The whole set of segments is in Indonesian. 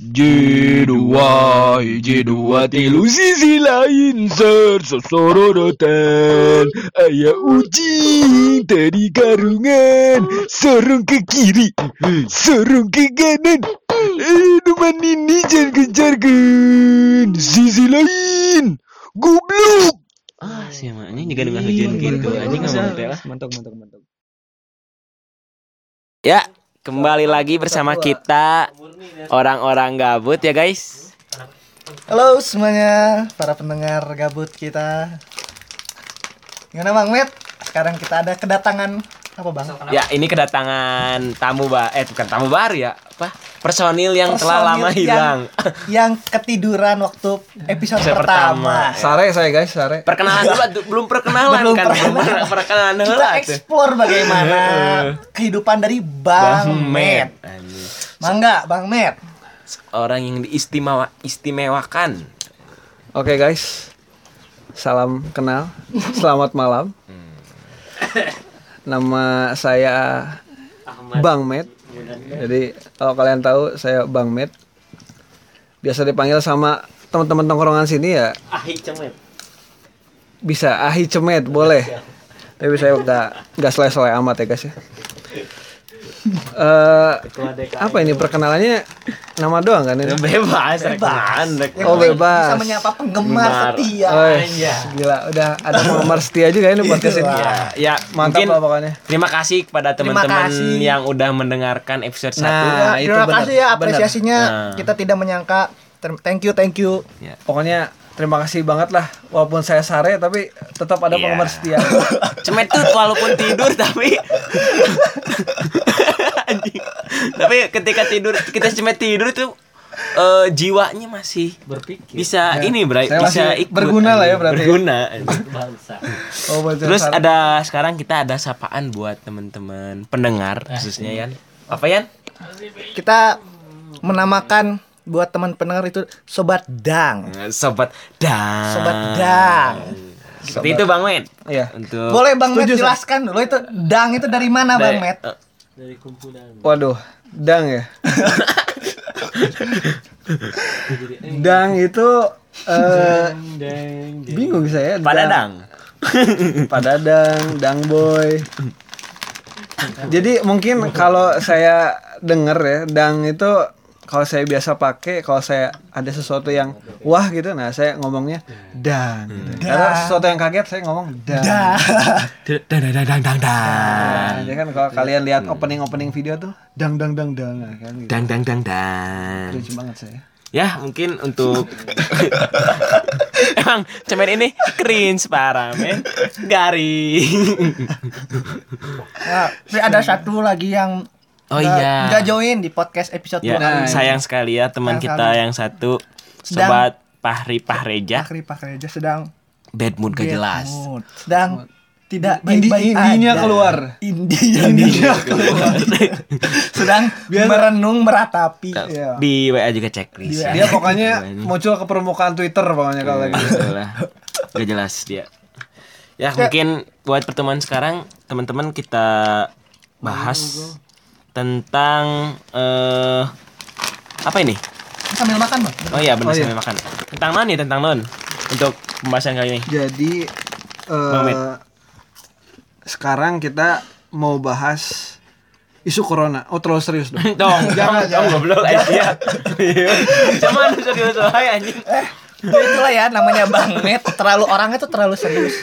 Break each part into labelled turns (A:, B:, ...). A: J dua J dua tilu sisi lain tersororotan ayah uji dari karungan sorong ke kiri sorong ke kanan eh teman ini jangan kejarkan sisi lain goblok
B: Ah, sih mah anjing juga dengan
C: Iya,
B: hujan gitu. Anjing enggak mau ngetel lah.
D: Mantap, mantap, mantap.
C: Ya, kembali lagi bersama kita orang-orang gabut ya guys.
D: Halo semuanya, para pendengar gabut kita. Gimana Bang Met? Sekarang kita ada kedatangan apa Bang?
C: Ya, ini kedatangan tamu ba eh bukan tamu baru ya, apa? Personil yang telah
D: Personil
C: lama
D: yang-
C: hilang.
D: Yang ketiduran waktu episode
C: Episode pertama.
D: pertama.
E: Sare saya guys, sare.
C: Perkenalan dulu atuh, belum perkenalan
D: Belum
C: kan. Belum per- perkenalan
D: Kita
C: heula tuh.
D: explore bagaimana kehidupan dari Bang Met.
C: Anjing.
D: Mangga Bang Met.
C: Orang yang diistimewa istimewakan.
E: Oke guys. Salam kenal. Selamat malam. Nama saya Bang Met. Jadi kalau kalian tahu saya Bang Met. Biasa dipanggil sama teman-teman tongkrongan sini ya.
C: Ah,
E: Bisa Ahi Cemet boleh. Tapi saya udah nggak selesai amat ya guys ya. Eh, apa ini perkenalannya nama doang kan ini?
C: Bebas, perkenalan.
D: Yang
E: Oh,
D: penting
E: bebas.
D: Bisa menyapa penggemar
C: Gemar.
D: setia.
E: Oh, gila udah ada penggemar setia juga ini buat kesini.
D: lah.
C: Ya,
E: Mantap
C: mungkin
E: lah pokoknya.
C: Terima kasih kepada teman-teman
D: kasih.
C: yang udah mendengarkan episode 1.
E: Nah, itu
D: terima
E: benar.
D: kasih ya apresiasinya.
C: Nah.
D: Kita tidak menyangka. Ter- Thank you, thank you.
E: Pokoknya terima kasih banget lah walaupun saya sare tapi tetap ada
C: Iya.
E: penggemar setia.
C: Cemet tuh walaupun tidur tapi Anjing. tapi ketika tidur kita cemet tidur tuh eh, jiwanya masih berpikir bisa ini Bray,
E: Ya. Saya
C: bisa
E: masih
C: ikut
E: berguna lah ya
C: anjing.
E: berarti.
C: berguna anjing.
E: Oh, buat saya
C: terus
E: sare.
C: ada sekarang kita ada sapaan buat teman-teman pendengar khususnya Yan apa Yan
D: Kita menamakan buat teman pendengar itu sobat dang.
E: Eh,
C: sobat dang
D: Sobat dang.
C: seperti itu Bang Wen
E: Iya.
C: untuk
D: Boleh Bang Met
E: Setuju, saya.
D: jelaskan dulu itu dang itu dari mana Bang
C: Dari-
D: Met?
C: eh,
E: Waduh, dang ya. dang itu eh bingung saya.
C: pada dang
E: Padadang, Dang Boy. Jadi mungkin kalau saya denger ya, Dang itu kalau saya biasa pakai, kalau saya ada sesuatu yang wah gitu, nah saya ngomongnya Dang. Gitu. Karena sesuatu yang kaget saya ngomong Dang.
C: dang dang dang dang dang
E: Nah, jadi kan kalau kalian lihat opening-opening video tuh Dang Dang Dang Dang nah, kan gitu.
C: dang dang dang dang
E: Lucu banget saya.
C: Ya mungkin untuk Emang cemen ini cringe parah men Garing
D: Nah, tapi ada satu lagi yang
C: Oh
D: nggak-
C: iya.
D: nggak Nah, join di podcast episode
E: Iya.
D: 2
C: ya,
D: kali.
C: Sayang sekali ya
D: Sayang
C: teman kita
D: sekali.
C: yang satu
D: Nah, Sedang-
C: Sobat Pahri Pahreja
D: Pakri Pakri aja sedang
C: Bad mood gak
D: bad
C: jelas
D: mood. Sedang tidak
E: Indi-
D: baik-baik
E: indinya
D: aja.
E: keluar.
D: Indinya, indinya
E: Iya.
D: keluar. sedang merenung meratapi. Iya.
C: Di WA juga cek Chris ya.
E: Dia pokoknya
C: Di WA ini.
E: muncul ke permukaan Twitter pokoknya kalau lagi.
C: Betul lah. Gak jelas dia Ya mungkin buat pertemuan sekarang Teman-teman kita bahas Tentang eh Apa ini?
D: Sambil makan, Bang.
C: Oh iya benar
E: Oh, iya.
C: sambil makan. Tentang non ya tentang non. Untuk pembahasan kali ini.
E: Jadi
C: Bang Mit.
E: eh sekarang kita mau bahas isu corona. Oh terlalu serius dong.
C: Dong, jangan Oh, dong goblok aja. Cuman serius aja anjing.
D: Ya, itulah ya namanya Bang Met terlalu orangnya tuh terlalu serius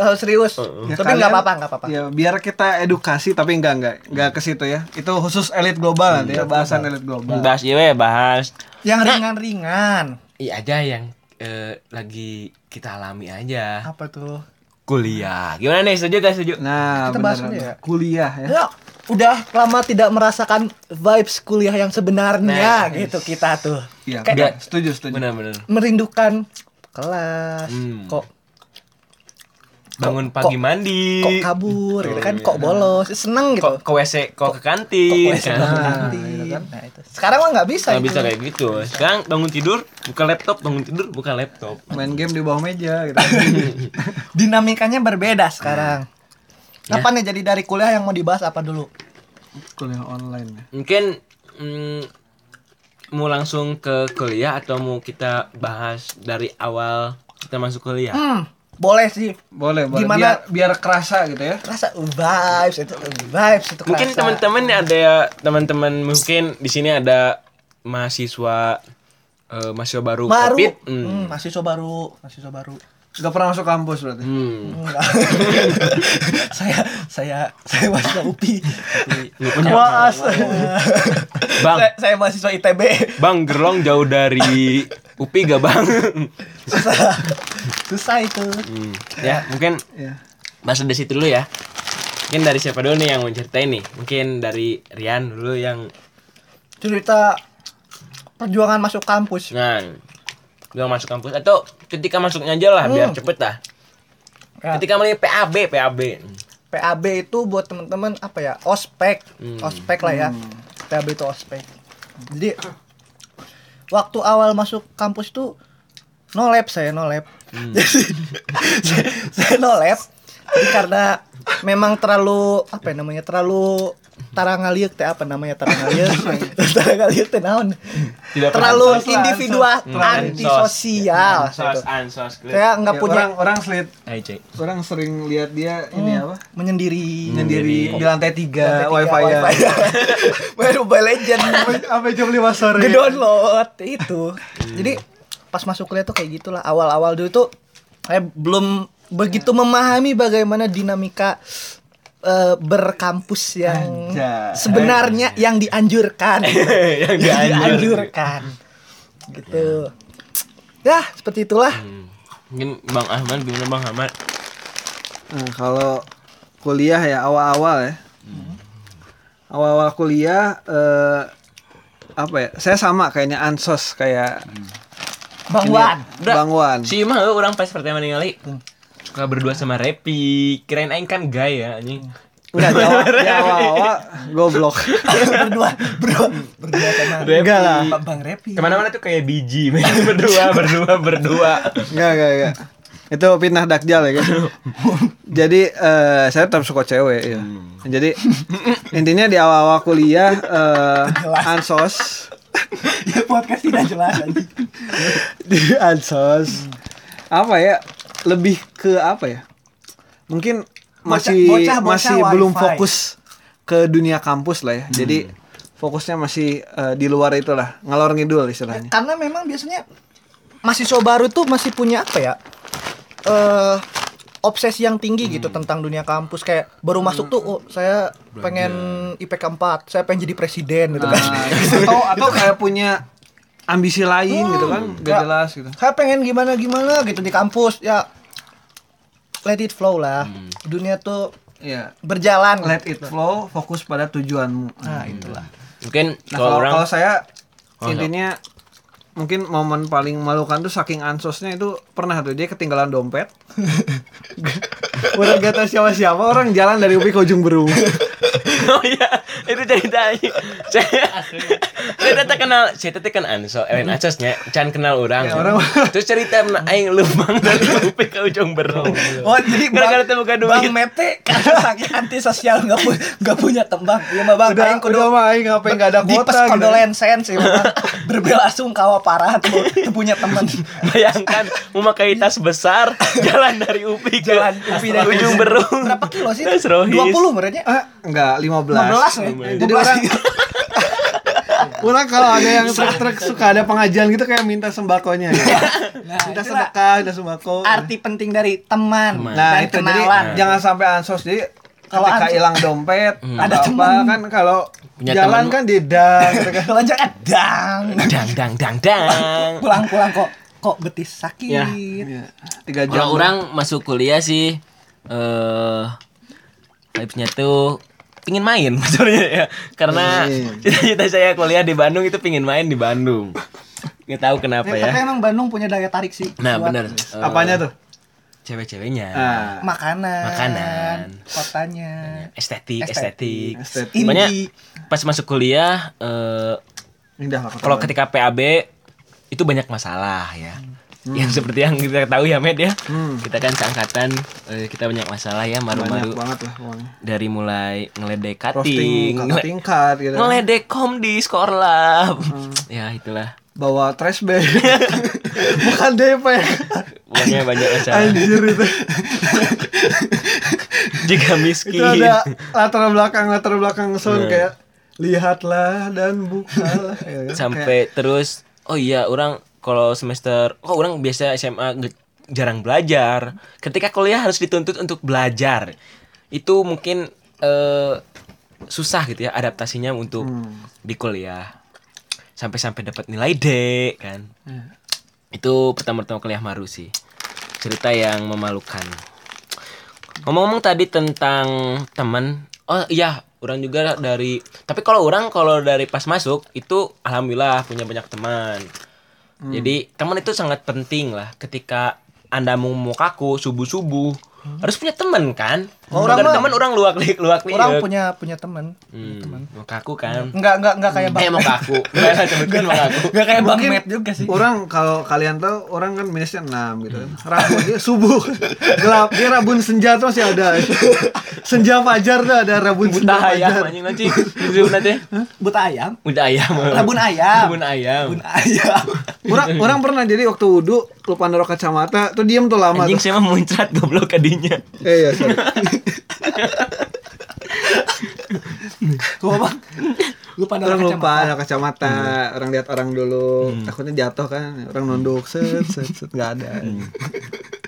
D: terlalu serius
E: Ya,
D: tapi nggak
E: kalian-
D: apa-apa nggak apa-apa
E: Ya biar kita edukasi tapi enggak enggak enggak ke situ ya. Itu khusus elit global nanti ya bahasan elit global.
C: Bahas ya weh, bahas.
D: yang ringan-ringan
C: Iya aja yang eh, lagi kita alami aja.
D: apa tuh
C: Kuliah. Gimana nih? Setuju gak setuju?
E: Nah,
D: Kita bahas
E: bener.
D: dulu ya.
E: kuliah ya.
D: ya udah lama tidak merasakan vibes kuliah yang sebenarnya gitu kita tuh
E: Iya,
D: Kayak-
E: bener. setuju setuju.
C: Bener bener.
D: merindukan kelas
C: Hmm.
D: kok Kok-
C: Bangun pagi
D: kok-
C: mandi.
D: kok kabur gitu kan kok bolos seneng gitu
C: Kok ke WC, kok ke kantin. kan.
E: Nah,
D: Nanti.
E: gitu kan.
D: Nah, itu. sekarang mah nggak bisa
C: Nggak
D: itu.
C: bisa kayak gitu. Sekarang bangun tidur, buka laptop, bangun tidur, buka laptop.
E: Main game di bawah meja gitu.
D: dinamikanya berbeda sekarang apa nih jadi dari kuliah yang mau dibahas apa dulu
E: kuliah online ya.
C: mungkin mm, mau langsung ke kuliah atau mau kita bahas dari awal kita masuk kuliah?
D: Hmm, boleh sih.
E: Boleh, boleh.
D: Gimana?
E: Biar, biar kerasa gitu ya.
D: Kerasa uh, vibes itu, uh, vibes itu.
C: mungkin
D: kerasa.
C: teman-teman ada ya teman-teman mungkin di sini ada mahasiswa eh, mahasiswa baru,
D: baru.
C: covid
D: Hmm.
C: Hmm.
D: mahasiswa baru, mahasiswa baru.
E: Gak pernah masuk kampus berarti.
C: Hmm.
D: Enggak. saya saya saya mahasiswa UPI.
C: Nggak punya.
E: Wah,
C: Bang.
D: Saya, saya mahasiswa ITB.
C: bang gerlong jauh dari upi gak bang
D: Susah. Susah itu.
C: Hmm. ya mungkin
E: Iya.
C: bahas dari situ dulu ya mungkin dari siapa dulu nih yang mau ceritain nih mungkin dari Rian dulu yang
D: Cerita perjuangan masuk kampus.
C: nah belum masuk kampus atau ketika masuknya aja lah biar
D: Hmm.
C: cepet lah
D: Ya.
C: ketika mulai PAB PAB
D: PAB itu buat temen-temen apa ya ospek
C: Hmm.
D: ospek lah ya PAB itu ospek jadi waktu awal masuk kampus tuh no lab saya no lab
C: Hmm.
D: Jadi, saya, saya no lab Jadi karena memang terlalu apa ya namanya terlalu tarangaliuk teh apa namanya tarangaliuk tarangaliuk teh naon terlalu
E: pansos lah,
D: individual
E: ansos.
C: Hmm.
D: antisosial
C: ansos
D: gitu.
C: ansos
D: saya nggak
E: Ya,
D: punya
E: orang orang selit
C: Ayo, Cek.
E: orang sering lihat dia ini
D: Hmm.
E: apa
D: menyendiri
E: nyendiri di lantai tiga
D: Lantai tiga,
E: wifi ya
D: main Mobile Legend
E: apa jam lima sore
D: ngedownload itu jadi pas masuk kuliah tuh kayak gitulah awal-awal dulu tuh saya belum begitu
E: Ya.
D: memahami bagaimana dinamika eh, berkampus yang
E: Anjay.
D: sebenarnya yang dianjurkan
C: Yang dianjur.
D: dianjurkan gitu ya seperti itulah
C: Hmm. mungkin Bang Ahmad gimana Bang Ahmad
E: Nah, kalau kuliah ya awal-awal ya. Awal-awal kuliah eh, apa ya? Saya sama kayaknya ansos kayak
D: bang
E: ini ya,
D: Wan
E: Bang Wan.
C: si mah lu orang pas pertama ningali suka berdua sama Repi kirain aing kan gaya anjing
E: Enggak, di awal- di awal-awal goblok.
D: berdua berdua berdua sama
E: Enggak lah.
D: Bang- bang Repi
C: kemana-mana tuh kayak biji men. berdua berdua berdua
E: Enggak, enggak, enggak. Itu fitnah dakjal ya kan. Jadi eh, saya tetap suka cewek ya. Jadi intinya di awal-awal kuliah eh, ansos
D: ya podcast tidak jelas anjing.
E: di ansos apa ya lebih ke apa ya mungkin
D: Bocah-
E: masih
D: bocah- bocah
E: masih belum
D: wifi.
E: fokus ke dunia kampus lah ya jadi fokusnya masih eh, di luar itulah ngalor ngidul istilahnya
D: karena memang biasanya mahasiswa baru tuh masih punya apa ya eh obsesi yang tinggi gitu
E: Hmm.
D: tentang dunia kampus kayak baru masuk tuh oh, saya pengen IPK 4 saya pengen jadi presiden gitu kan
E: Nah, atau atau kayak punya ambisi lain gitu kan gak
D: Kayak-
E: jelas gitu
D: saya pengen gimana gimana gitu di kampus ya let it flow lah dunia tuh
E: ya
D: berjalan Gitu.
E: Hmm. let it flow fokus pada tujuanmu
D: nah itulah
C: mungkin
E: Nah,
C: kalau orang
E: kalau saya
C: Oh,
E: intinya mungkin momen paling memalukan tuh saking ansosnya itu pernah tuh dia ketinggalan dompet. orang gak tau siapa-siapa, orang jalan dari UPI ke ujung berung.
C: oh iya itu cerita aing. saya saya teteh kenal saya teteh kan anso Ewen Acosnya can kenal orang
E: Ya, orang-
C: terus cerita na- aing lubang dari upi ke ujung berung
D: Oh jadi
C: Gara-gara tembak
D: bang,
C: gaduh
D: bang
C: gitu.
D: Mete karena saking antisosial nggak pu nggak punya tembang, ya mah bang,
E: Udah,
D: aing kudu-
E: udah mah aing apa yang gak ada
D: di
E: kuota gitu.
D: kondolensen sih memang berbelasungkawa parah tuh, tuh punya teman
C: Bayangkan memakai tas besar jalan dari UPI ke
D: jalan UPI dari
C: ujung berung.
D: berapa kilo sih
C: Tas Rohis.
D: 20 merenya
E: Eh, enggak, 15.
C: eh?
D: 15 ya
E: Jadi orang Orang kalau ada yang truk-truk suka ada pengajian gitu kayak minta sembakonya ya. minta
D: Nah, itulah
E: sedekah, minta sembako.
D: arti penting dari teman
E: Nah
D: dari
E: itu
D: kenalan
E: jadi jangan sampai ansos jadi
D: Kalau
E: kalau ketika
D: ansos-
E: hilang dompet ada
D: Ada
E: apa
D: temen.
E: kan kalau
C: Hmm. Punya
E: jalan
C: temen.
E: kan dedak gitu kan.
D: kenalan jangan dang
C: Dang dang dang dang.
D: pulang-pulang kok kok betis sakit
C: Ya.
E: Iya, tiga jam.
F: Kalau orang masuk kuliah sih eh vibes-nya tuh pingin main sebenarnya ya. Karena
E: Pingin.
C: cita-cita saya kuliah di Bandung itu pingin main di Bandung. Nggak tahu kenapa
D: Ya, tapi
C: ya.
D: emang Bandung punya daya tarik sih
C: Nah,
D: buat
C: benar. Eh,
E: apanya tuh?
C: Cewek-ceweknya.
E: Nah,
D: makanan
C: Makanan.
D: kotanya
C: Estetik,
D: Estetik.
C: estetik.
E: Estetik.
C: Pokoknya
D: Indie.
C: pas masuk kuliah eh
E: Nah, indah lah.
C: kalau
E: kota.
C: ketika PAB itu banyak masalah ya yang seperti yang kita ketahui ya Med ya
E: Hmm.
C: kita kan seangkatan eh, kita banyak masalah ya
E: banyak
C: maru-maru
E: banget lah pokoknya
C: dari mulai ngeledek
E: roasting
C: cutting
E: kakak
C: ngele-
E: tingkat gitu Hmm.
C: ngeledek komdis korlap ya itulah
E: bawa trash bag bukan DP
C: pokoknya banyak masalah
E: anjir itu
C: jika
E: itu
C: miskin
E: ada latar belakang latar belakang
C: Nah.
E: sound kayak lihatlah dan bukalah ya kan? Kayak,
C: sampai terus oh iya orang kalau semester oh orang biasa SMA ge- jarang belajar ketika kuliah harus dituntut untuk belajar itu mungkin eh, susah gitu ya adaptasinya untuk
E: Hmm.
C: di kuliah sampai-sampai dapat nilai D kan itu pertama-tama kuliah maru sih cerita yang memalukan ngomong-ngomong tadi tentang teman oh iya orang juga dari tapi kalau orang kalau dari pas masuk itu alhamdulillah punya banyak teman
D: Hmm.
C: jadi teman itu sangat penting lah ketika anda mau mau kaku subuh subuh harus punya teman kan
D: Oh, Hmm. orang mah-
C: teman orang luak liuk luak liuk
D: Orang punya punya teman.
C: hmm, mau kaku kan
D: Enggak enggak enggak kayak Bang.
C: eh mau kaku Nggak lah, sebutkan mau kaku
D: Enggak kayak Bang
E: Mungkin
D: Med juga sih.
E: orang kalau kalian tahu orang kan minusnya 6 gitu kan. Rabu dia subuh gelap dia rabun senja tuh masih ada. Senja fajar tuh ada rabun senja
C: buta ayam
E: fajar.
C: anjing nanti Disuruh nanti
D: Buta ayam.
C: buta ayam
D: Rabun Ah, ayam.
C: rabun ayam
D: Rabun ayam.
E: Orang orang pernah jadi waktu wudhu lupa naruh kacamata tuh diem tuh lama
C: anjing
E: tuh.
C: saya mah muncrat goblok kadinya
E: Eh iya sorry.
D: Gua Bang. Lupa
E: Orang
D: naruh
E: lupa
D: kacamata. Hmm.
E: naruh kacamata, orang lihat orang dulu, takutnya jatuh kan. Orang nunduk, set set set nggak ada.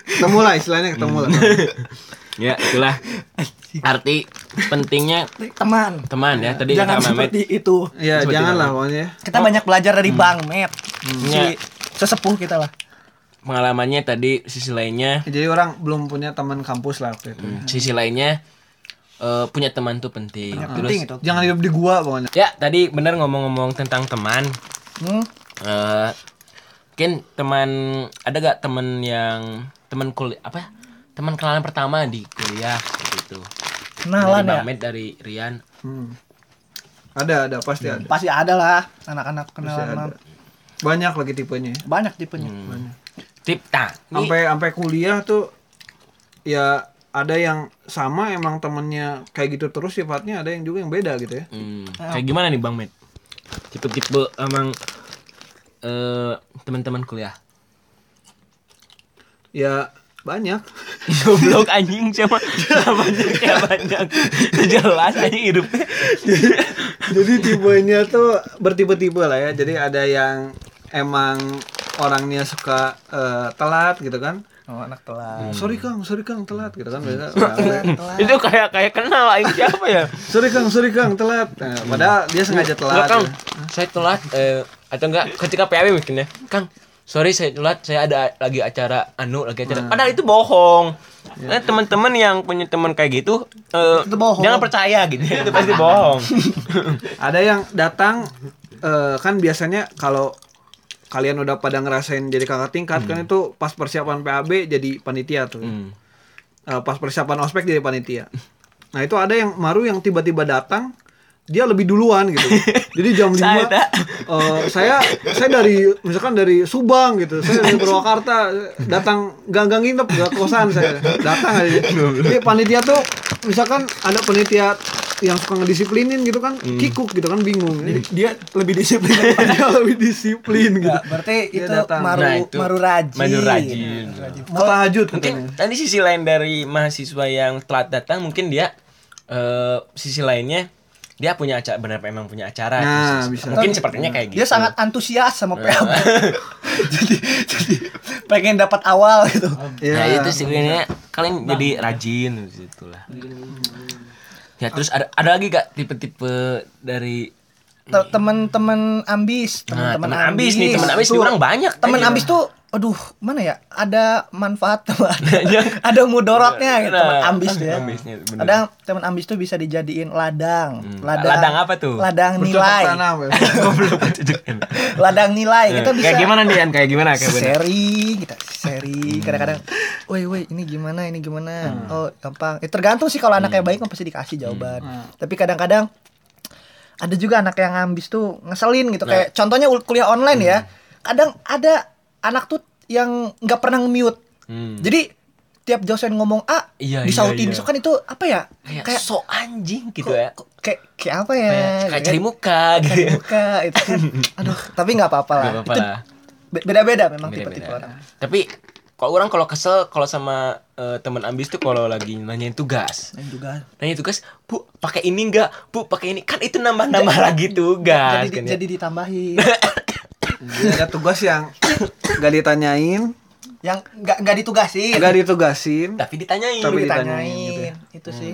E: Ketemu lah istilahnya ketemu lah.
D: Hmm.
C: ya itulah arti pentingnya
D: Teman.
C: teman ya tadi
D: Jangan
C: kata Mamet
D: seperti itu.
E: Iya,
C: Seperti
E: jangan
C: itu.
E: lah pokoknya.
D: Kita banyak belajar dari Bang Med.
C: Hmm.
D: Si
C: Ya.
D: sesepuh kita lah.
C: pengalamannya tadi sisi lainnya
E: Jadi orang belum punya teman kampus lah waktu itu.
D: Hmm.
C: sisi lainnya eh, punya teman tuh penting terus
D: Penting itu.
E: Jangan hidup di gua pokoknya.
C: ya tadi bener ngomong-ngomong tentang teman
D: Hmm.
C: eh mungkin teman ada gak teman yang teman kuliah apa teman kenalan pertama di kuliah gitu
D: Kenalan
C: dari
D: ya.
C: Mamet, dari Rian
E: Hmm. Ada, ada pasti ada.
D: Pasti ada lah anak-anak
E: Pasti
D: kenalan.
E: ada.
D: mah.
E: Banyak lagi tipenya. ya.
D: Banyak tipenya.
C: Hmm. tip nah ini-
E: Sampai sampai kuliah tuh ya ada yang sama emang temennya kayak gitu terus sifatnya ada yang juga yang beda gitu ya.
C: Hmm, Kayak gimana nih Bang Med? Tipe-tipe emang eh teman-teman kuliah.
E: Ya banyak.
C: Goblok anjing siapa? Ya banyak ya banyak. Jelas anjing hidupnya.
E: Jadi tipenya tuh bertipe-tipe lah ya. Jadi ada yang emang orangnya suka eh, telat gitu kan.
D: Oh, anak
C: Hmm.
D: telat.
E: Sorry Kang, sorry Kang telat gitu kan. Biasa orang-
D: Telat.
C: Itu kayak kayak kenal aing siapa ya?
E: sorry Kang, sorry Kang telat. Nah, padahal dia sengaja
C: Enggak
E: telat.
C: Kang,
E: ya.
C: saya telat eh, atau enggak ketika PAB mungkin ya. Kang, sorry saya telat, saya ada lagi acara anu lagi acara. Padahal itu bohong. Nah, teman-teman yang punya teman kayak gitu eh,
D: Itu bohong.
C: jangan percaya gitu. itu pasti bohong.
E: ada yang datang eh, kan biasanya kalau kalian udah pada ngerasain jadi kakak tingkat kan itu pas persiapan PAB jadi panitia tuh
C: Hmm.
E: Eh, pas persiapan ospek jadi panitia nah itu ada yang maru yang tiba-tiba datang dia lebih duluan gitu jadi jam 5
C: Saya tak.
E: eh, saya saya dari misalkan dari Subang gitu saya dari Purwakarta datang gak gak nginep gak kosan saya datang aja jadi panitia tuh misalkan ada panitia yang suka ngedisiplinin gitu kan kikuk gitu kan bingung Jadi
D: Dia lebih disiplin.
E: dia lebih disiplin gitu
D: Enggak, berarti
E: Dia
D: itu
E: datang.
D: maru
C: Nah, itu
D: maru rajin.
C: maru rajin.
E: mau tahajud katanya
C: mungkin nanti sisi lain dari mahasiswa yang telat datang mungkin dia eh, sisi lainnya dia punya acara benar memang punya acara
E: Nah, bisa.
C: mungkin sepertinya kayak gitu
D: Dia sangat antusias sama PAB. jadi jadi pengen dapat awal gitu.
E: Iya.
C: nah itu sebenarnya kalian
D: Nah.
C: jadi rajin gitulah ya terus ada ada lagi gak tipe-tipe dari
D: Te- Teman-teman ambis, teman-teman
C: nah, teman ambis nih teman ambis di
D: Tuh,
C: orang banyak ya.
D: Teman
C: aja.
D: ambis tuh aduh, mana ya? Ada manfaat sama ada,
C: Banyak.
D: ada mudorotnya gitu teman
C: Iya. Nah,
D: ambis tuh ya.
C: ambisnya, bener. Hmm.
D: Ada teman ambis tuh bisa dijadiin ladang. Ladang.
C: Ladang apa tuh?
D: Ladang nilai.
E: Bercocok tanam ya.
C: Goblok, tunjukin.
D: Ladang nilai. Kita bisa
C: Iya. kayak gimana nih An? kayak gimana kayak bener.
D: seri kita seri
C: Hmm.
D: kadang-kadang woi woi ini gimana ini gimana oh gampang Eh, tergantung sih kalau
C: Hmm.
D: anaknya baik mah pasti dikasih jawaban tapi kadang-kadang ada juga anak
C: Nah. Hmm.
D: yang ambis tuh ngeselin gitu kayak contohnya ul- kuliah online ya kadang ada anak tuh yang nggak pernah nge-mute.
C: Hmm.
D: Jadi tiap dosen ngomong A
C: Iya,
D: disautin
C: iya, iya.
D: So, kan itu apa ya?
C: kayak, so anjing gitu
D: kok-
C: ya
D: kok- kayak kayak apa ya?
C: kayak, kayak cari muka gitu
D: Cari muka itu kan. Aduh, tapi nggak apa-apa lah.
C: Gak apa-apa
D: Itu
C: lah
D: be- beda-beda memang tipe-tipe orang.
C: Beda-beda. tapi kalau orang kalau kesel kalau sama eh, teman ambis tuh kalau lagi nanyain tugas
D: Dan juga
C: nanya tugas bu pakai ini enggak bu pakai ini kan itu nambah nambah lagi tugas
D: jadi,
C: kan ya.
D: jadi ditambahin
E: Iya, ada tugas yang gak ditanyain
D: yang nggak nggak ditugasin.
E: gak ditugasin
C: tapi ditanyain
D: ditanyain
E: Tapi- ditanyain gitu ya.
D: itu sih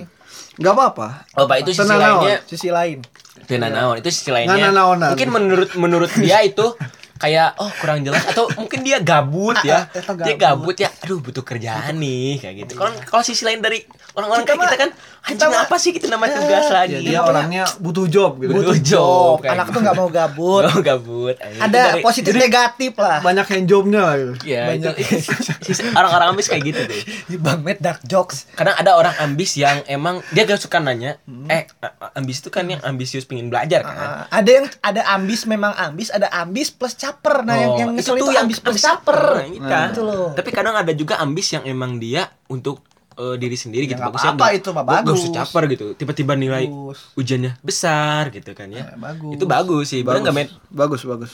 E: gak apa-apa
C: oh pak itu sisi
E: Tenang,
C: lainnya
D: sisi lain.
C: itu nanaon itu sisi lainnya
E: Nananaonan.
C: mungkin menurut menurut dia itu kayak oh kurang jelas atau mungkin dia gabut
D: Ah,
C: ya
D: Atau
C: dia gabut ya aduh butuh kerjaan nih kayak gitu kalau kalau sisi lain dari orang-orang
D: Iya. Kita
C: kayak kita
D: mah-
C: kan
D: kita
C: anjing
D: mah- Iya,
C: apa sih gitu kita nama tugas lagi
E: ya dia orangnya butuh job gitu
C: Iya. Butuh job,
D: Job,
C: kayak
D: anak
C: gitu.
D: tuh nggak mau gabut.
C: Oh, gabut Itu
D: Ada
C: dari-
D: positif negatif lah.
E: banyak hand jobnya lah gitu
C: ya itu sisi- orang-orang ambis kayak gitu deh
D: Bang Med dark jokes.
C: kadang ada orang ambis yang emang dia gak suka nanya eh a- ambis itu kan yang ambisius pengen belajar kan
D: Hmm. Ah, ada yang ada ambis memang ambis, ada ambis plus caper. Nah, yang yang
C: Oh,
D: ngeselin itu, ambis plus caper.
C: Nah, iya kan.
D: Itu loh.
C: Tapi kadang ada juga ambis yang emang dia untuk eh, diri sendiri
D: Ya,
C: gitu.
D: nggak
C: Bagusnya
D: apa-apa,
C: nggak-
D: itu mah
C: nggak- nggak
D: bagus.
C: usah caper gitu. Tiba-tiba nilai
D: Bagus.
C: ujiannya besar gitu kan
D: Ya,
C: ya.
D: bagus.
C: Itu bagus sih. Bener nggak men?
E: bagus bagus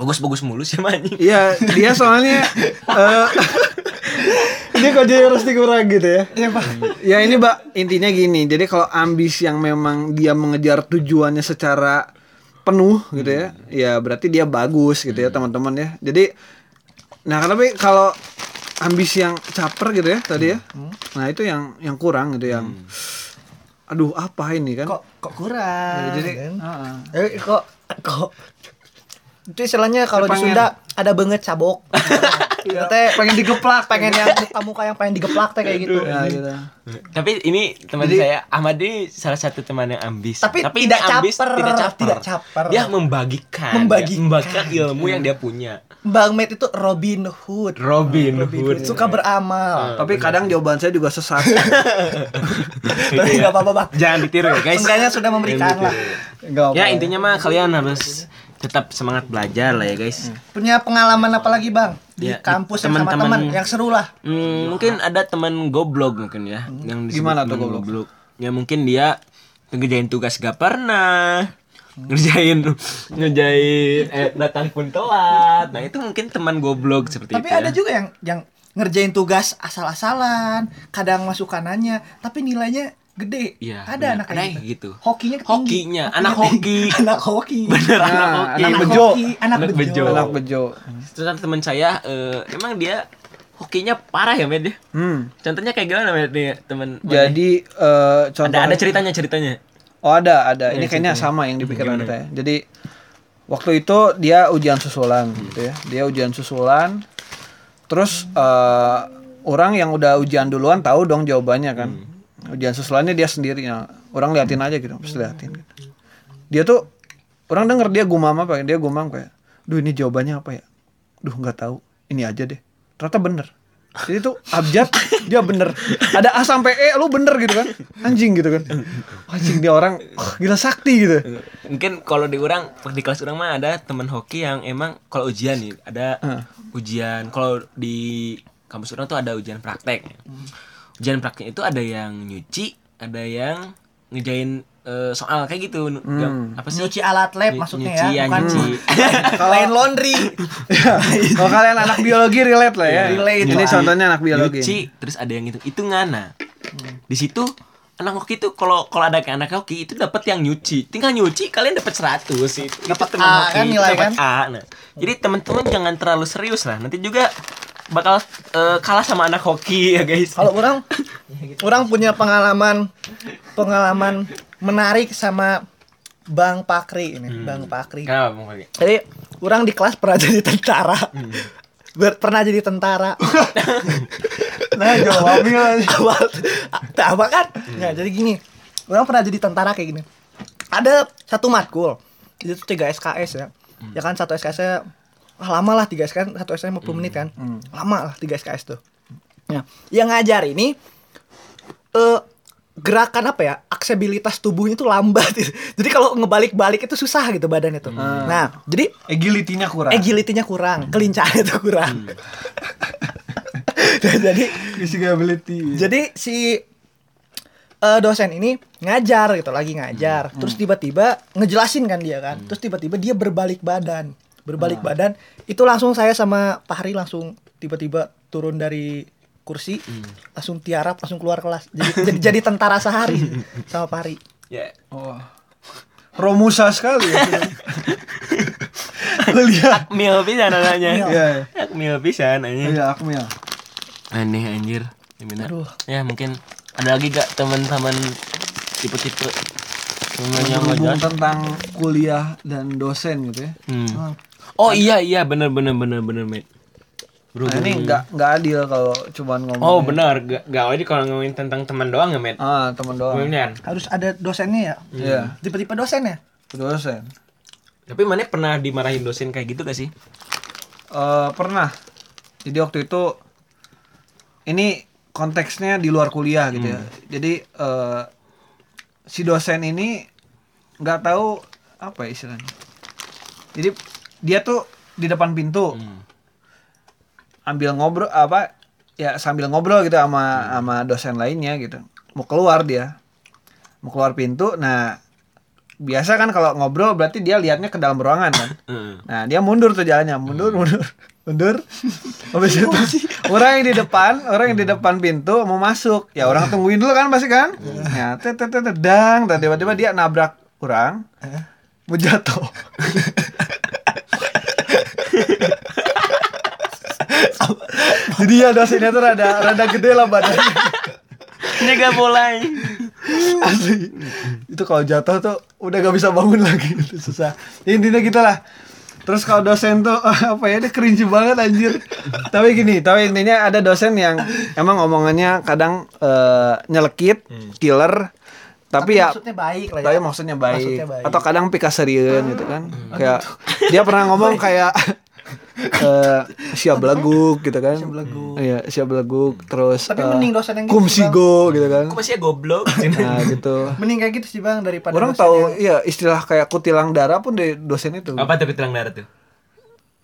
C: Bagus-bagus mulu sih emang anjing.
E: iya dia soalnya eh, dia kok jadi harus kurang gitu ya
D: Iya,
E: ya ini mbak intinya gini jadi kalau ambis yang memang dia mengejar tujuannya secara penuh gitu ya ya berarti dia bagus gitu ya teman-teman ya jadi nah tapi kalau ambis yang caper gitu ya tadi ya nah itu yang yang kurang gitu yang aduh apa ini kan
D: Kok kok kurang?
E: Ya, jadi-
D: kan?
E: Heeh.
D: Eh, kok kok itu istilahnya kalau di
E: Kepengen.
D: Sunda ada banget cabok. Itu teh
E: pengen digeplak
D: pengen yang muka-muka yang pengen digeplak teh kayak gitu.
E: ya, gitu.
C: Tapi ini teman
E: Jadi-
C: saya Ahmad ini salah satu teman yang ambis.
D: Tapi
C: ini
D: tidak
C: ambis,
D: caper,
C: tidak caper.
D: tidak caper.
C: Dia membagikan,
D: Membagikan.
C: dia membagikan ilmu yang dia punya.
D: Bang Med itu Robin Hood.
C: Robin, Hood.
D: Suka beramal.
E: tapi kadang jawaban saya juga sesat
D: Tapi enggak apa-apa, Bang.
C: Jangan ditiru ya, guys.
D: Seenggaknya sudah memberikan
C: Jangan
D: lah.
C: ditiru.
E: Nggak
C: Ya intinya mah kalian harus tetap semangat belajar lah ya guys.
E: Hmm.
D: Punya pengalaman apa lagi, Bang? Di
C: Ya,
D: kampus yang sama
C: teman-teman.
D: teman yang seru lah.
C: Hmm, mungkin ada teman goblok mungkin ya yang disebut
E: Iya. Hmm. Gimana
C: teman
E: tuh goblok?
C: Ya mungkin dia ngerjain tugas gak pernah
E: Hmm.
C: ngerjain ngerjain eh, datang pun telat. Nah itu mungkin teman goblok seperti
D: Tapi
C: itu.
D: ada
C: ya.
D: juga yang yang ngerjain tugas asal-asalan, kadang masukanannya, tapi nilainya gede.
C: Iya, benar.
D: ada anak
C: Ada
D: kayak
C: yang gitu.
D: Hokinya tinggi.
C: Hokinya, anak
D: tinggi.
C: hoki.
D: anak hoki.
C: Bener, anak
E: Nah,
C: hoki.
E: anak
D: Anak
E: bejo.
D: hoki, anak,
C: Anak
D: bejo.
C: bejo.
E: anak bejo
C: Terus ada teman saya eh, emang dia hokinya parah ya Med ya?
E: hmm.
C: Contohnya kayak gimana Med nih teman?
E: jadi eh contoh
C: ada ada ceritanya ceritanya.
E: oh ada ada
C: Ya,
E: ini
C: ceritanya.
E: kayaknya sama yang dipikiran kita ya jadi waktu itu dia ujian susulan gitu ya dia ujian susulan terus eh orang yang udah ujian duluan tahu dong jawabannya kan ujian susulannya dia sendiri nah, orang liatin aja gitu terus liatin gitu. dia tuh orang denger dia gumam apa ya? dia gumam kayak duh ini jawabannya apa ya duh nggak tahu ini aja deh ternyata bener jadi tuh abjad dia bener ada a sampai e lu bener gitu kan anjing gitu kan anjing dia orang oh, gila sakti gitu
C: mungkin kalau di orang di kelas orang mah ada teman hoki yang emang kalau ujian nih ada ujian kalau di kampus orang tuh ada ujian praktek ujian praktek itu ada yang nyuci ada yang ngejain eh, soal kayak gitu Yang- apa sih
D: Nyuci alat lab maksudnya
C: nyuci,
D: ya, bukan
C: nyuci.
D: lain laundry.
E: kalau kalian anak biologi relate lah ya
D: Relate
E: Iya. ini
D: lah.
E: contohnya anak biologi
C: nyuci terus ada yang itu hitungan nah di situ anak hoki itu kalau kalau ada anak hoki itu dapat yang nyuci tinggal nyuci kalian dapat 100 itu
D: Dapat
C: Itu teman
D: A
C: hoki,
D: kan
C: itu
D: nilai
C: dapat
D: kan?
C: A nah. jadi teman-teman jangan terlalu serius lah nanti juga bakal eh, kalah sama anak hoki ya guys
D: Kalau orang orang punya pengalaman pengalaman menarik sama Bang Pakri
C: Hmm.
D: ini, Bang Pakri.
C: Kenapa, Bang Fagi?
D: Jadi orang di kelas pernah jadi tentara. Ber- pernah jadi tentara. nah, jawabnya awal tak apa kan? Nah, jadi gini. Orang pernah jadi tentara kayak gini. Ada satu matkul. Itu 3 SKS ya. Ya kan satu SKS -nya, ah, lama lah 3 SKS, satu SKS 50 menit kan. Lama lah 3 SKS tuh. Nah, yang ngajar ini eh gerakan apa ya aksesibilitas tubuhnya itu lambat gitu. jadi kalau ngebalik-balik itu susah gitu badannya tuh nah jadi
E: Agility-nya kurang. Hmm.
D: agility-nya kurang kelincahannya tuh kurang
E: Hmm.
D: Nah, jadi
E: Physicality.
D: jadi si eh, dosen ini ngajar gitu lagi ngajar
E: Hmm.
D: terus tiba-tiba ngejelasin kan dia kan terus tiba-tiba dia berbalik badan berbalik
E: Hmm.
D: badan itu langsung saya sama Pak Hari langsung tiba-tiba turun dari kursi
E: Hmm.
D: langsung tiarap langsung keluar kelas jadi jadi, jadi tentara sehari sama Pak Hari
C: Ya,
E: Oh. Romusa sekali ya. Lu lihat.
C: mil pisan anaknya.
E: Iya.
C: Aku mil pisan
E: iya.
C: anjing.
E: Iya, aku ya.
C: Aneh anjir. Ya, bener.
D: Aduh.
C: Ya, mungkin ada lagi gak teman-teman tipe-tipe teman yang gak
E: Berhubung
C: jelas?
E: tentang kuliah dan dosen gitu ya.
C: Hmm. Oh iya iya bener bener bener bener met.
E: Nah, ini nggak nggak adil kalau cuman ngomong.
C: Oh benar, gak, gak wajib kalau ngomongin tentang teman doang ya, Met?
E: Ah, teman doang.
C: Bener.
D: harus ada dosennya ya
E: Iya,
D: tiba-tiba dosen ya
E: dosen.
C: Tapi mana pernah dimarahin dosen kayak gitu gak sih?
E: Eh pernah. Jadi waktu itu ini konteksnya di luar kuliah gitu ya. Jadi eh si dosen ini nggak tahu apa ya istilahnya. Jadi dia tuh di depan pintu
C: Hmm.
E: ambil ngobrol apa ya sambil ngobrol gitu sama sama dosen lainnya gitu. Mau keluar dia. Mau keluar pintu. Nah, biasa kan kalau ngobrol berarti dia liatnya ke dalam ruangan kan. Nah, dia mundur tuh jalannya, mundur, mundur, mundur. Habis itu orang yang di depan, orang yang di depan pintu mau masuk. Ya orang tungguin dulu kan pasti kan? Ya, tet tet tet tet, dang, dan tiba-tiba dia nabrak orang. Mau jatuh. Jadi ya dosennya tuh rada rada gede lah badannya.
C: Nega bola.
E: Asli. Itu kalau jatuh tuh udah gak bisa bangun lagi, itu susah. Ya, intinya gitu lah. Terus kalau dosen tuh apa ya dia cringe banget anjir. tapi gini, tapi intinya ada dosen yang emang omongannya kadang eh, nyelekit, killer, tapi, ya
D: maksudnya baik lah ya
E: tapi maksudnya baik.
D: Maksudnya baik.
E: atau kadang pikaserian gitu kan kayak dia pernah ngomong kayak eh siap beleguk gitu kan siap beleguk iya siap beleguk terus
D: Tapi
E: eh,
D: mending dosen yang gitu,
E: kum sigo gitu kan
C: Aku masih ya goblok.
E: nah gitu
D: mending kayak gitu sih bang daripada
E: orang
D: dosen
E: tahu
D: yang-
E: iya istilah kayak kutilang darah pun dari dosen itu
C: Apa tapi terang darah tuh?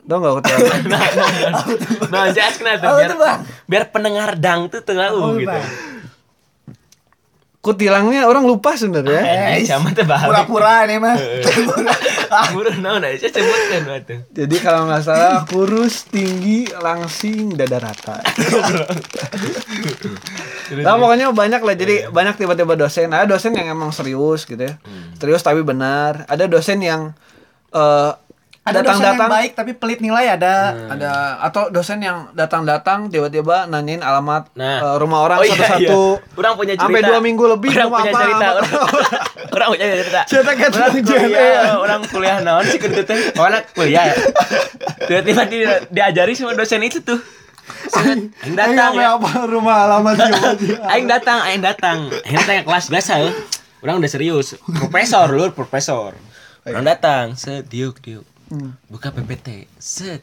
E: tau nggak kutilang darah?
C: Nah, jelas kena tuh
D: Apa
C: biar
D: tuh, Bang?
C: biar pendengar dang tuh tengah
D: Oh,
C: uh gitu.
D: Bang.
E: kutilangnya orang lupa sebenarnya
C: Eh, sama tuh bahasa.
D: pura-pura ini mah
C: Eh, Buru naon nah, aja sebutkan waktu.
E: jadi kalau nggak salah kurus tinggi langsing dada rata lah pokoknya banyak lah jadi banyak tiba-tiba dosen ada dosen yang emang serius gitu ya serius tapi benar ada dosen yang eh,
D: ada dosen yang
E: datang-datang
D: baik tapi pelit nilai ada
E: Eh. ada atau dosen yang datang-datang tiba-tiba nanyain alamat
C: Nah.
E: eh, rumah
C: Oh,
E: orang
C: iya,
E: satu-satu
C: iya. Orang punya cerita.
E: sampai dua minggu lebih
C: Orang
E: belum
C: punya
E: apa-
C: cerita.
E: apa-
C: Orang, orang punya cerita.
E: Cerita kan kayak
C: Orang
E: tukang
C: kuliah,
E: jahit.
C: Orang kuliah naon sih kentut teh? Oh, anak kuliah ya. Tiba-tiba di, diajari sama dosen itu tuh. Sangat, Aing datang
E: Aing
C: ya.
E: apa rumah alamat siapa dia?
C: Aing datang, aing datang. Aing datang ke kelas biasa. ya. Orang udah serius. Profesor, lur profesor. Orang datang, set diuk diuk. Buka PPT, set.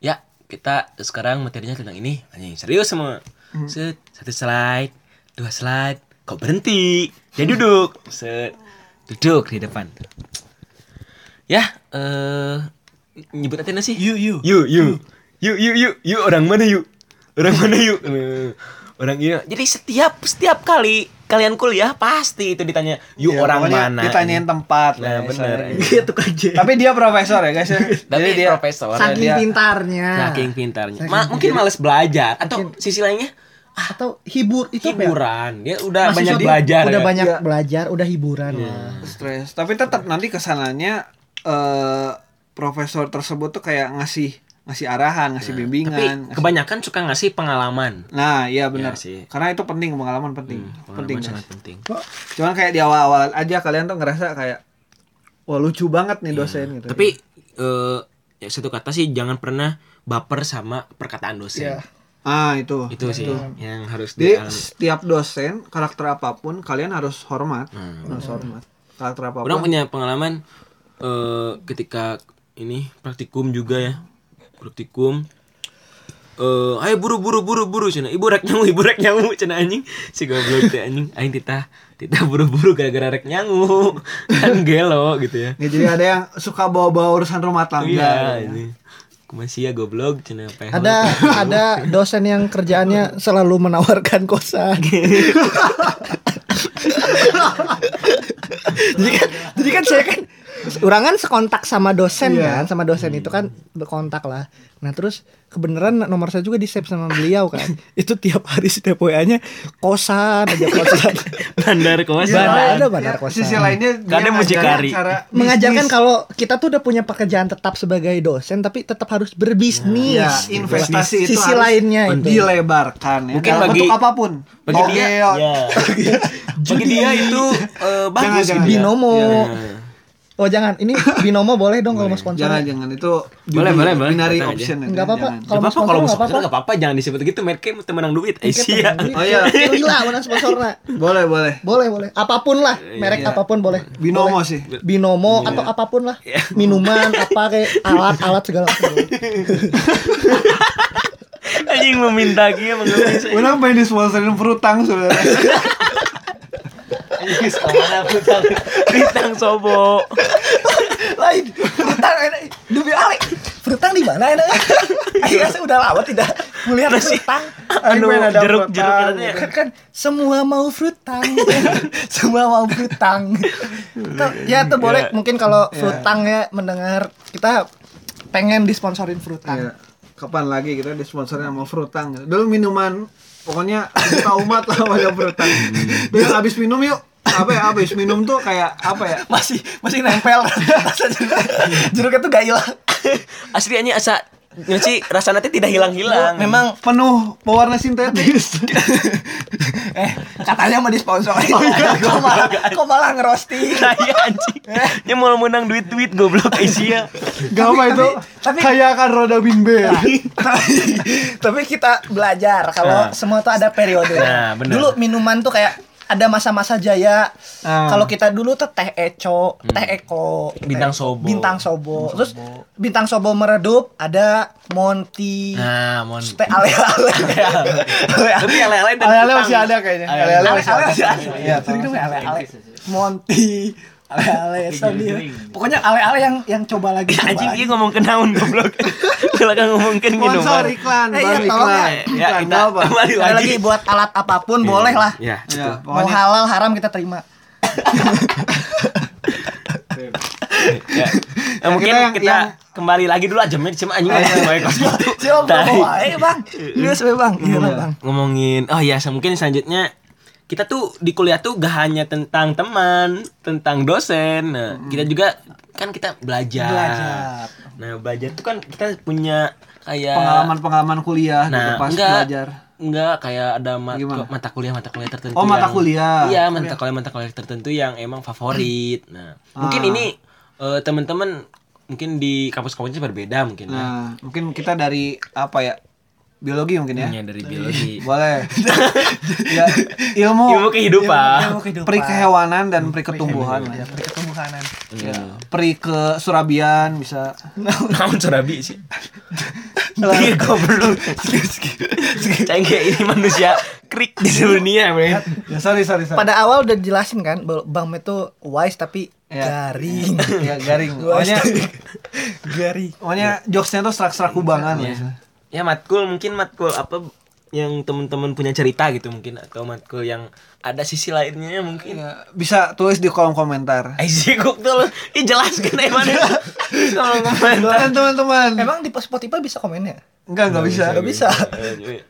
C: Ya, kita sekarang materinya tentang ini. Anjing, serius semua. Set, satu slide, dua slide. Kok berhenti? Dia duduk. Set. Duduk di depan. Ya, eh nyebut aja sih.
D: you you
C: Yuk, yuk. Yuk, yuk, yuk. Yuk, orang mana yuk? Orang mana yuk? Eh, Orang iya. Jadi setiap setiap kali kalian kuliah pasti itu ditanya, "Yuk
E: Ya,
C: orang
E: pokoknya
C: mana?"
E: Ditanyain Iya, tempat lah,
C: Nah, bener.
E: misalnya.
D: dia tuh aja
E: Tapi dia profesor ya guys ya.
C: Tapi
E: Jadi dia
C: profesor
D: saking
E: dia-
D: pintarnya
C: saking pintarnya. Ma- mungkin males belajar atau sisi lainnya
D: atau hibur itu apa ya?
C: hiburan. Dia udah
D: Mahasiswa
C: banyak
D: tuh
C: belajar.
D: udah
C: kan?
D: banyak
E: Iya.
D: belajar udah hiburan lah.
E: stres. Tapi tetap nanti kesananya eh profesor tersebut tuh kayak ngasih ngasih arahan, ngasih bimbingan.
C: Nah, Tapi
E: ngasih-
C: kebanyakan suka ngasih pengalaman.
E: Nah, iya benar.
C: Iya sih. Hmm,
E: Karena itu penting pengalaman penting.
C: Pengalaman
E: penting guys.
C: sangat penting.
E: Cuman kayak di awal-awal aja kalian tuh ngerasa kayak wah lucu banget nih dosen gitu.
C: Iya. Tapi eh ya satu kata sih jangan pernah baper sama perkataan dosen.
E: ah itu.
C: Itu sih yang harus
E: Jadi
C: dialami.
E: setiap dosen karakter apapun kalian harus hormat, harus hormat. Karakter apapun.
C: Hmm. Orang punya pengalaman eh ketika ini praktikum juga ya. Praktikum eh eh ayo buru buru buru buru cina ibu rek nyamuk ibu rek nyamuk cina anjing si goblok teh anjing aing titah titah buru buru gara-gara rek nyamuk kan gelo gitu ya
E: Ya, jadi ada yang suka bawa-bawa urusan rumah
C: iya
E: tangga.
C: ini masih ya goblok cina pehol.
D: Ada ada dosen yang kerjaannya selalu menawarkan kosan. jadi kan jadi kan saya kan orang kan sekontak sama dosen
E: Iya.
D: kan, sama dosen itu kan berkontak lah. Nah, terus kebenaran nomor saya juga di save sama beliau kan. itu tiap hari setiap WA-nya kosan aja kosan.
C: bandar kewas
E: Sisi
D: Bandar,
E: lain-
C: Iya,
D: ada bandar kosan.
E: Sisi lainnya Iya, dia
C: Kadang
E: ngajarin
C: mucikari.
E: cara
D: Iya, mengajarkan
E: bisnis.
D: kalau kita tuh udah punya pekerjaan tetap sebagai dosen tapi tetap harus berbisnis. Gitu
E: ya, investasi itu
D: Sisi
E: harus
D: lainnya itu.
E: dilebarkan ya.
C: Mungkin
E: Dalam
C: bagi-
E: bentuk apapun.
C: bagi
E: Togel,
C: dia ya. bagi
D: Iya.
C: dia itu eh, bagus gitu ya.
E: iya. Jangan,
D: Binomo.
C: Iya.
D: Oh jangan, ini binomo boleh dong kalau mau sponsor.
E: Jangan jangan itu
C: Boleh, boleh, boleh.
E: binary
C: Datang aja.
E: option itu.
D: Enggak apa-apa.
E: jangan.
D: Kalau
C: Gak
D: mau
C: apa-apa kalau
D: sponsor
C: mau
D: enggak
C: sponsor
D: apa-apa.
C: nggak apa-apa jangan disebut gitu mereka temen menang duit eh,
D: Kita
C: sia
D: temenin.
E: Oh, iya.
D: Gila, mana sponsornya.
E: Boleh, boleh.
D: Boleh, boleh. Apapun lah, merek
E: Iya.
D: apapun boleh.
E: Binomo
D: Boleh.
E: sih.
D: Binomo atau apapun lah. Minuman, apa kayak alat-alat segala macam.
C: anjing meminta gitu mengemis
E: Orang pengen disponsorin perutang saudara.
C: anjing sekarang aku tahu bintang sobo
D: Lain. Frutang enak. Demi Alek. Frutang di mana enak? Akhirnya saya udah lama tidak melihat frutang.
C: anu
E: pengen ada
C: jeruk
E: apa-apa.
C: jeruk katanya
D: kan kan semua mau frutang semua mau frutang Tuh, ya tuh boleh mungkin kalau frutang ya mendengar kita pengen disponsorin
E: Iya.
D: frutang
E: Kapan lagi kita disponsorin sama frutang? Dulu minuman pokoknya kita umat lah pada frutang.
D: Hmm.
E: Dulu habis minum yuk apa ya habis minum tuh kayak apa ya
D: masih masih nempel Rasa jeruk- jeruknya tuh gak hilang
C: asli anjing asa ngasih rasanya teh tidak hilang hilang
D: memang
E: penuh pewarna sintetis
D: eh katanya mau disponsorin kok malah kok malah ngerosting
C: saya Iya, anjing nya mau menang duit duit goblok eh, sia
E: Gak apa itu
D: tapi- Nah,
E: kayak akan roda bimbe
D: tapi, tapi kita belajar kalau semua tuh ada periode.
C: Nah, bener.
D: Dulu minuman tuh kayak ada masa-masa jaya.
C: Ah.
D: Kalau kita dulu tuh teh eco, teh eko,
C: Hmm. Bintang
D: teh-
C: Sobo.
D: bintang sobo. Terus bintang sobo meredup ada Monty.
C: nah mon
D: Teh ale-ale.
C: tapi yang lain-lain dan
E: Ale-ale
C: utang.
E: masih ada kayaknya.
C: Ale-ale. Iya,
E: Ale-ale.
D: Ale-ale masih ada. Sering dong ya, ale-ale. Monty. Ale-ale Sodio. Pokoknya ale-ale yang yang coba lagi. coba
C: anjing iya,
D: lagi.
C: dia ngomong ke naon goblok silakan ngomongkeun
E: sponsor
C: minuman
E: iklan
D: Eh, iya,
E: baru
D: tolong ya.
E: iklan
C: Ya,
E: iklan
C: kita
E: gak apa
C: kembali
D: Sekali
C: lagi
D: lagi buat alat apapun boleh lah.
C: ya
E: ya
D: Mau
E: pokoknya
D: halal haram kita terima.
C: Ya. Nah, mungkin
E: kita
C: kita,
E: yang- yang-
C: kembali lagi dulu aja men cuma anjing anjing baik kos gitu.
D: Siapa
C: Tai.
D: bawa? Eh bang, iya sebagai bang, iya lah, bang.
C: Ngomongin oh ya mungkin selanjutnya kita tuh di kuliah tuh gak hanya tentang teman, tentang dosen. Nah, kita juga kan kita belajar.
D: Belajar.
C: Nah, belajar tuh kan kita punya kayak
E: pengalaman pengalaman kuliah gitu
C: nah,
E: pas
C: enggak,
E: belajar
C: Enggak kayak ada mat-
E: Gimana?
C: mata kuliah mata kuliah tertentu.
E: Oh, mata
C: yang-
E: kuliah.
C: Iya, mata kuliah mata kuliah tertentu yang emang favorit. Nah, mungkin
E: Ah.
C: ini eh, teman-teman mungkin di kampus-kampusnya berbeda mungkin ya.
E: nah mungkin kita dari apa ya biologi mungkin ya
D: Iya,
C: Yang dari biologi.
E: boleh ya ilmu
C: Ilmu kehidupan.
D: Ilmu kehidupan.
E: pri kehewanan dan pri ketumbuhan
D: Ya,
E: lah.
D: Pri ketumbuhanan.
C: Iya.
E: ya. pri ke surabian bisa
C: Kamu cerabi sih. Iya goblok. Cang kayak ini manusia krik di dunia, men.
E: ya sorry sorry sorry
D: Pada awal udah jelasin kan, bahwa Bang Met tuh wise tapi
E: Ya.
D: garing.
E: ya garing
D: Wise
E: pokoknya
D: tapi garing. Ya. iya.
E: pokoknya jokesnya tuh serak-serak kubangan lah
C: Ya matkul mungkin matkul apa yang teman-teman punya cerita gitu mungkin atau matkul yang ada sisi lainnya mungkin.
E: Ya, bisa tulis di kolom komentar
C: Aisy kok tuh lu. Ih jelaskan eh mana. Tolong komentar.
E: Silakan, Kan, teman-teman
D: Eh, Emang di Spotify bisa ya? komennya?
E: enggak enggak bisa
D: Gak bisa.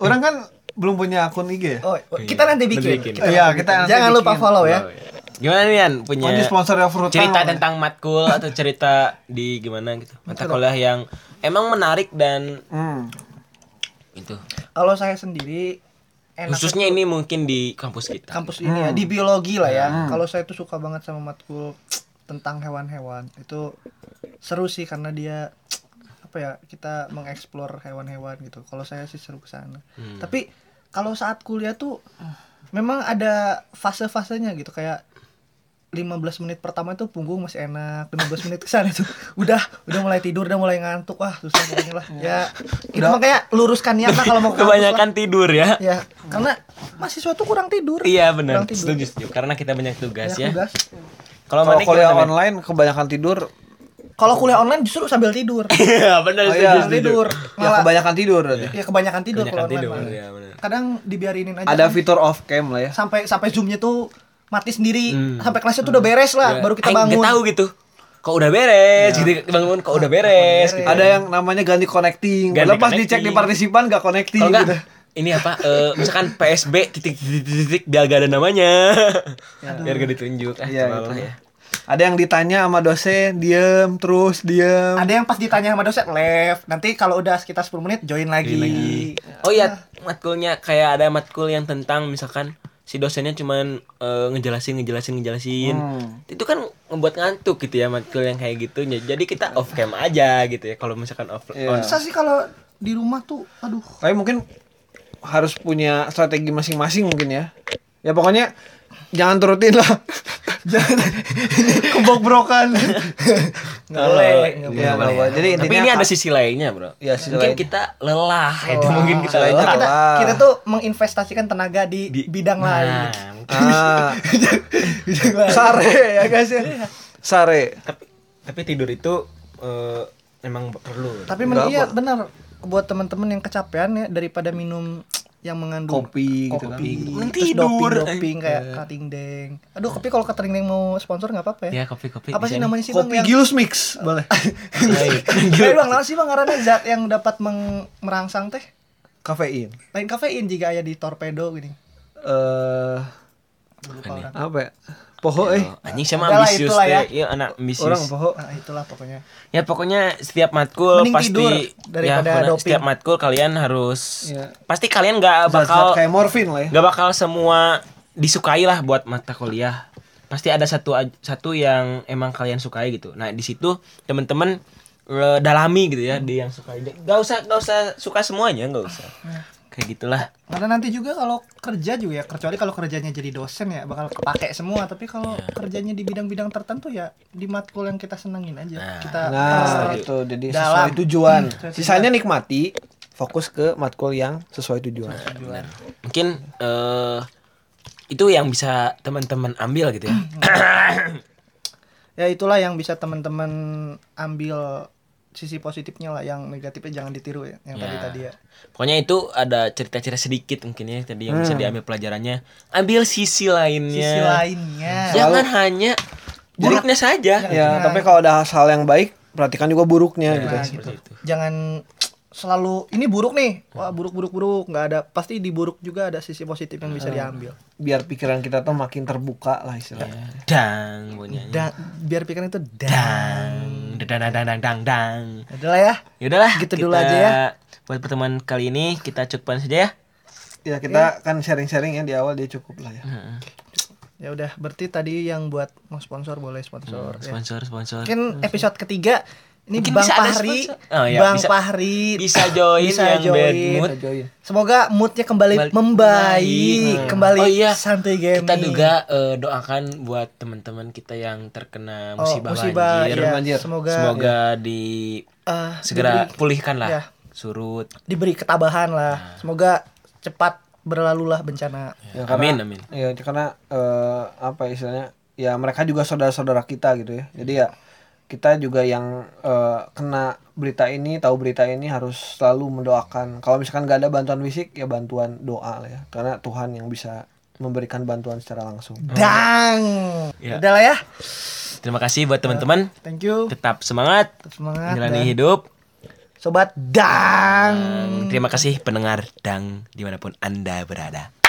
E: orang kan belum punya akun IG ya
D: Oh, kita nanti bikin.
C: Nanti iya. bikin.
D: Kita-
E: Iya, kita nanti
D: Jangan lupa
E: bikin.
D: follow ya.
C: Gimana nih Yan punya
E: Pokoknya sponsor yang fruit
C: cerita
E: tangan.
C: tentang matkul atau cerita di gimana gitu mata kuliah yang emang menarik dan
E: Hmm.
C: itu
D: Kalau saya sendiri enak
C: khususnya ini mungkin di kampus kita
D: kampus ini ya di biologi lah ya. Kalau saya tuh suka banget sama matkul tentang hewan-hewan. Itu seru sih karena dia apa ya, kita mengeksplor hewan-hewan gitu. Kalau saya sih seru ke sana. Tapi kalau saat kuliah tuh memang ada fase-fasenya gitu kayak 15 menit pertama itu punggung masih enak 15 menit kesan itu udah udah mulai tidur udah mulai ngantuk wah susah pokoknya lah ya itu makanya luruskan niat lah kalau mau ke kampus lah.
C: Kebanyakan tidur ya.
D: ya karena mahasiswa tuh kurang tidur
C: Iya
D: kurang
C: benar.
D: tidur
C: Setuju, setuju. Karena kita banyak tugas
D: Banyak
C: ya.
D: tugas.
C: Kalau
E: Kalau
C: mana
E: kuliah online kebanyakan tidur,
D: kalau kuliah online justru sambil tidur
C: Iya, benar
E: Oh, iya.
C: setuju,
D: Sambil
C: setuju.
D: tidur
E: ya
D: malah
E: kebanyakan tidur berarti.
D: ya kebanyakan tidur kalau
C: Kebanyakan
D: online
C: tidur,
D: malah.
C: iya, benar.
D: kadang dibiarinin aja
E: Ada
D: kan.
E: fitur off cam lah ya.
D: sampai sampai zoomnya tuh mati sendiri
C: Hmm. Iya.
D: sampai kelasnya tuh udah beres lah baru kita
C: Aing nggak
D: bangun
C: tahu gitu. Kok udah beres gitu bangun kok udah beres
D: Iya.
C: gitu.
E: Ada yang namanya ganti connecting.
C: Ganti
E: Lepas dicek
C: connecting.
E: di partisipan gak connecting
C: Kalau enggak
E: gitu.
C: ini apa eh, misalkan PSB titik titik titik, titik biar gak ada namanya. biar gak ditunjuk. Ah,
E: Iya,
C: terlalu
E: gitu.
C: lah ya.
E: Ada yang ditanya sama dosen, diem terus diem.
D: ada yang pas ditanya sama dosen left nanti kalau udah sekitar 10 menit join lagi,
C: Oh iya, matkulnya kayak ada matkul yang tentang misalkan si dosennya cuman eh, ngejelasin ngejelasin ngejelasin.
E: Hmm.
C: Itu kan membuat ngantuk gitu ya matkul yang kayak gitu. Jadi kita off cam aja gitu ya kalau misalkan off
E: Iya.
C: on.
D: masa sih kalau di rumah tuh aduh
E: Tapi mungkin harus punya strategi masing-masing mungkin ya. Ya pokoknya jangan turutin lah. jangan kebobrokan.
C: Nggak boleh.
E: Iya, nggak boleh. Jadi
C: Tapi
E: intinya
C: ini ada sisi lainnya, Bro.
E: Iya, sisi Oh,
C: mungkin
E: lain.
C: kita lelah, itu mungkin kita
E: selain
C: lelah.
E: Salah.
D: kita kita tuh menginvestasikan tenaga di, bidang lain
C: Nah,
E: ah,
D: bidang lain
E: sare ya guys ya.
D: Iya.
E: Sare.
C: tapi tapi tidur itu eh, emang perlu.
D: tapi
E: Nggak
D: men- iya
E: apa.
D: benar buat temen-temen yang kecapean ya daripada minum yang mengandung
E: Kopi gitu Iya. kan.
D: kopi
C: Mending
D: terus
C: tidur.
D: doping doping kayak kating deng aduh tapi kalau kating deng mau sponsor nggak apa-apa ya
C: Ya, kopi-kopi.
D: apa
C: bisa
D: sih
C: nih.
D: namanya sih bang
E: Kopi
D: yang
E: Gilus mix boleh.
D: Eh, bang naon sih bang ngaranna zat yang dapat meng- merangsang teh
E: Kafein.
D: lain kafein jika ayah di torpedo gini
E: Eh
D: lupa orang
E: apa ya? Poho eh.
C: Anjing sama
D: Udahlah,
C: ambisius
D: itulah ya.
C: deh. Iya, anak ambisius.
E: Orang poho.
D: nah, itulah pokoknya
C: Ya pokoknya setiap matkul
D: Mending
C: pasti
D: tidur daripada
C: ya, pokoknya
D: doping.
C: setiap matkul kalian harus
E: Iya.
C: pasti kalian nggak
E: Bakal
C: bakal
E: kayak morfin lah ya.
C: nggak bakal semua disukai lah buat mata kuliah. Pasti ada satu aj- satu yang emang kalian sukai gitu. Nah, di situ teman-teman eh, dalami gitu ya di yang suka gak usah gak usah suka semuanya nggak usah
D: Ah.
C: kayak gitulah
D: karena nanti juga kalau kerja juga ya kecuali kalau kerjanya jadi dosen ya bakal kepake semua tapi kalau kerjanya di bidang-bidang tertentu ya di matkul yang kita senengin aja kita
E: Nah,
D: terserah. gitu.
E: itu jadi
D: Dalam.
E: sesuai tujuan.
D: Hmm, sesuai
E: Sisanya nikmati, fokus ke matkul yang sesuai tujuan.
C: mungkin eh itu yang bisa teman-teman ambil gitu ya
D: ya itulah yang bisa teman-teman ambil sisi positifnya lah yang negatifnya jangan ditiru ya yang
C: Ya.
D: tadi tadi ya
C: Pokoknya itu ada cerita-cerita sedikit mungkin ya tadi yang bisa diambil pelajarannya. Ambil sisi lainnya.
D: Hmm. sisi lainnya
C: Jangan hanya buruknya saja.
E: Ya,
D: Nah.
E: tapi kalau ada hal yang baik, perhatikan juga buruknya gitu.
D: Nah, gitu. jangan selalu ini buruk nih wah buruk buruk buruk nggak ada pasti di buruk juga ada sisi positif yang bisa diambil
E: Biar pikiran kita tuh makin terbuka lah istilahnya.
C: Dang bunyinya.
D: dan biar pikiran itu dan
C: Dang. Dang dang dang dang dang. dang.
D: adalah ya
C: Ya udahlah,
D: Gitu
C: kita-
D: dulu aja ya.
C: Buat pertemuan kali ini kita cukupkan saja ya.
E: Ya, kita kan sharing-sharing ya di awal dia cukup lah ya.
D: ya udah berarti tadi yang buat mau sponsor boleh sponsor ya.
C: Hmm, Sponsor Hmm, sponsor.
D: mungkin episode ketiga ini
C: Mungkin
D: Bang
C: bisa ada
D: Fahri
C: sponsor. Oh, ya,
D: Bang
C: bisa-
D: Fahri
C: bisa join yang bad mood.
E: Kita join.
D: Semoga moodnya kembali
C: Kembali-
D: membaik,
C: Nah.
D: kembali
C: Oh, iya.
D: santai gaming.
C: Kita juga eh, doakan buat teman-teman kita yang terkena
D: Oh,
C: musibah,
D: musibah,
C: banjir.
D: ya.
E: banjir.
D: Semoga, iya.
C: Semoga di
D: eh,
C: segera
D: diberi-
C: pulihkan lah.
D: Ya.
C: Surut.
D: diberi ketabahan lah.
C: Nah.
D: Semoga cepat berlalulah bencana.
C: Oh,
E: Ya, karena,
C: Amin amin.
E: Ya, karena eh, apa istilahnya? Ya, mereka juga saudara-saudara kita gitu ya. Jadi ya kita juga yang eh, kena berita ini, tahu berita ini harus selalu mendoakan. Kalau misalkan gak ada bantuan fisik, ya bantuan doa lah ya. Karena Tuhan yang bisa memberikan bantuan secara langsung.
C: iya.
D: Dang.
C: Ya.
D: Udah lah ya.
C: Terima kasih buat teman-teman.
D: Thank you.
C: Tetap semangat
D: Tetap semangat. ya.
C: menjalani
D: dan
C: hidup.
D: Sobat Dang. Hmm.
C: Terima kasih pendengar dang dimanapun anda berada.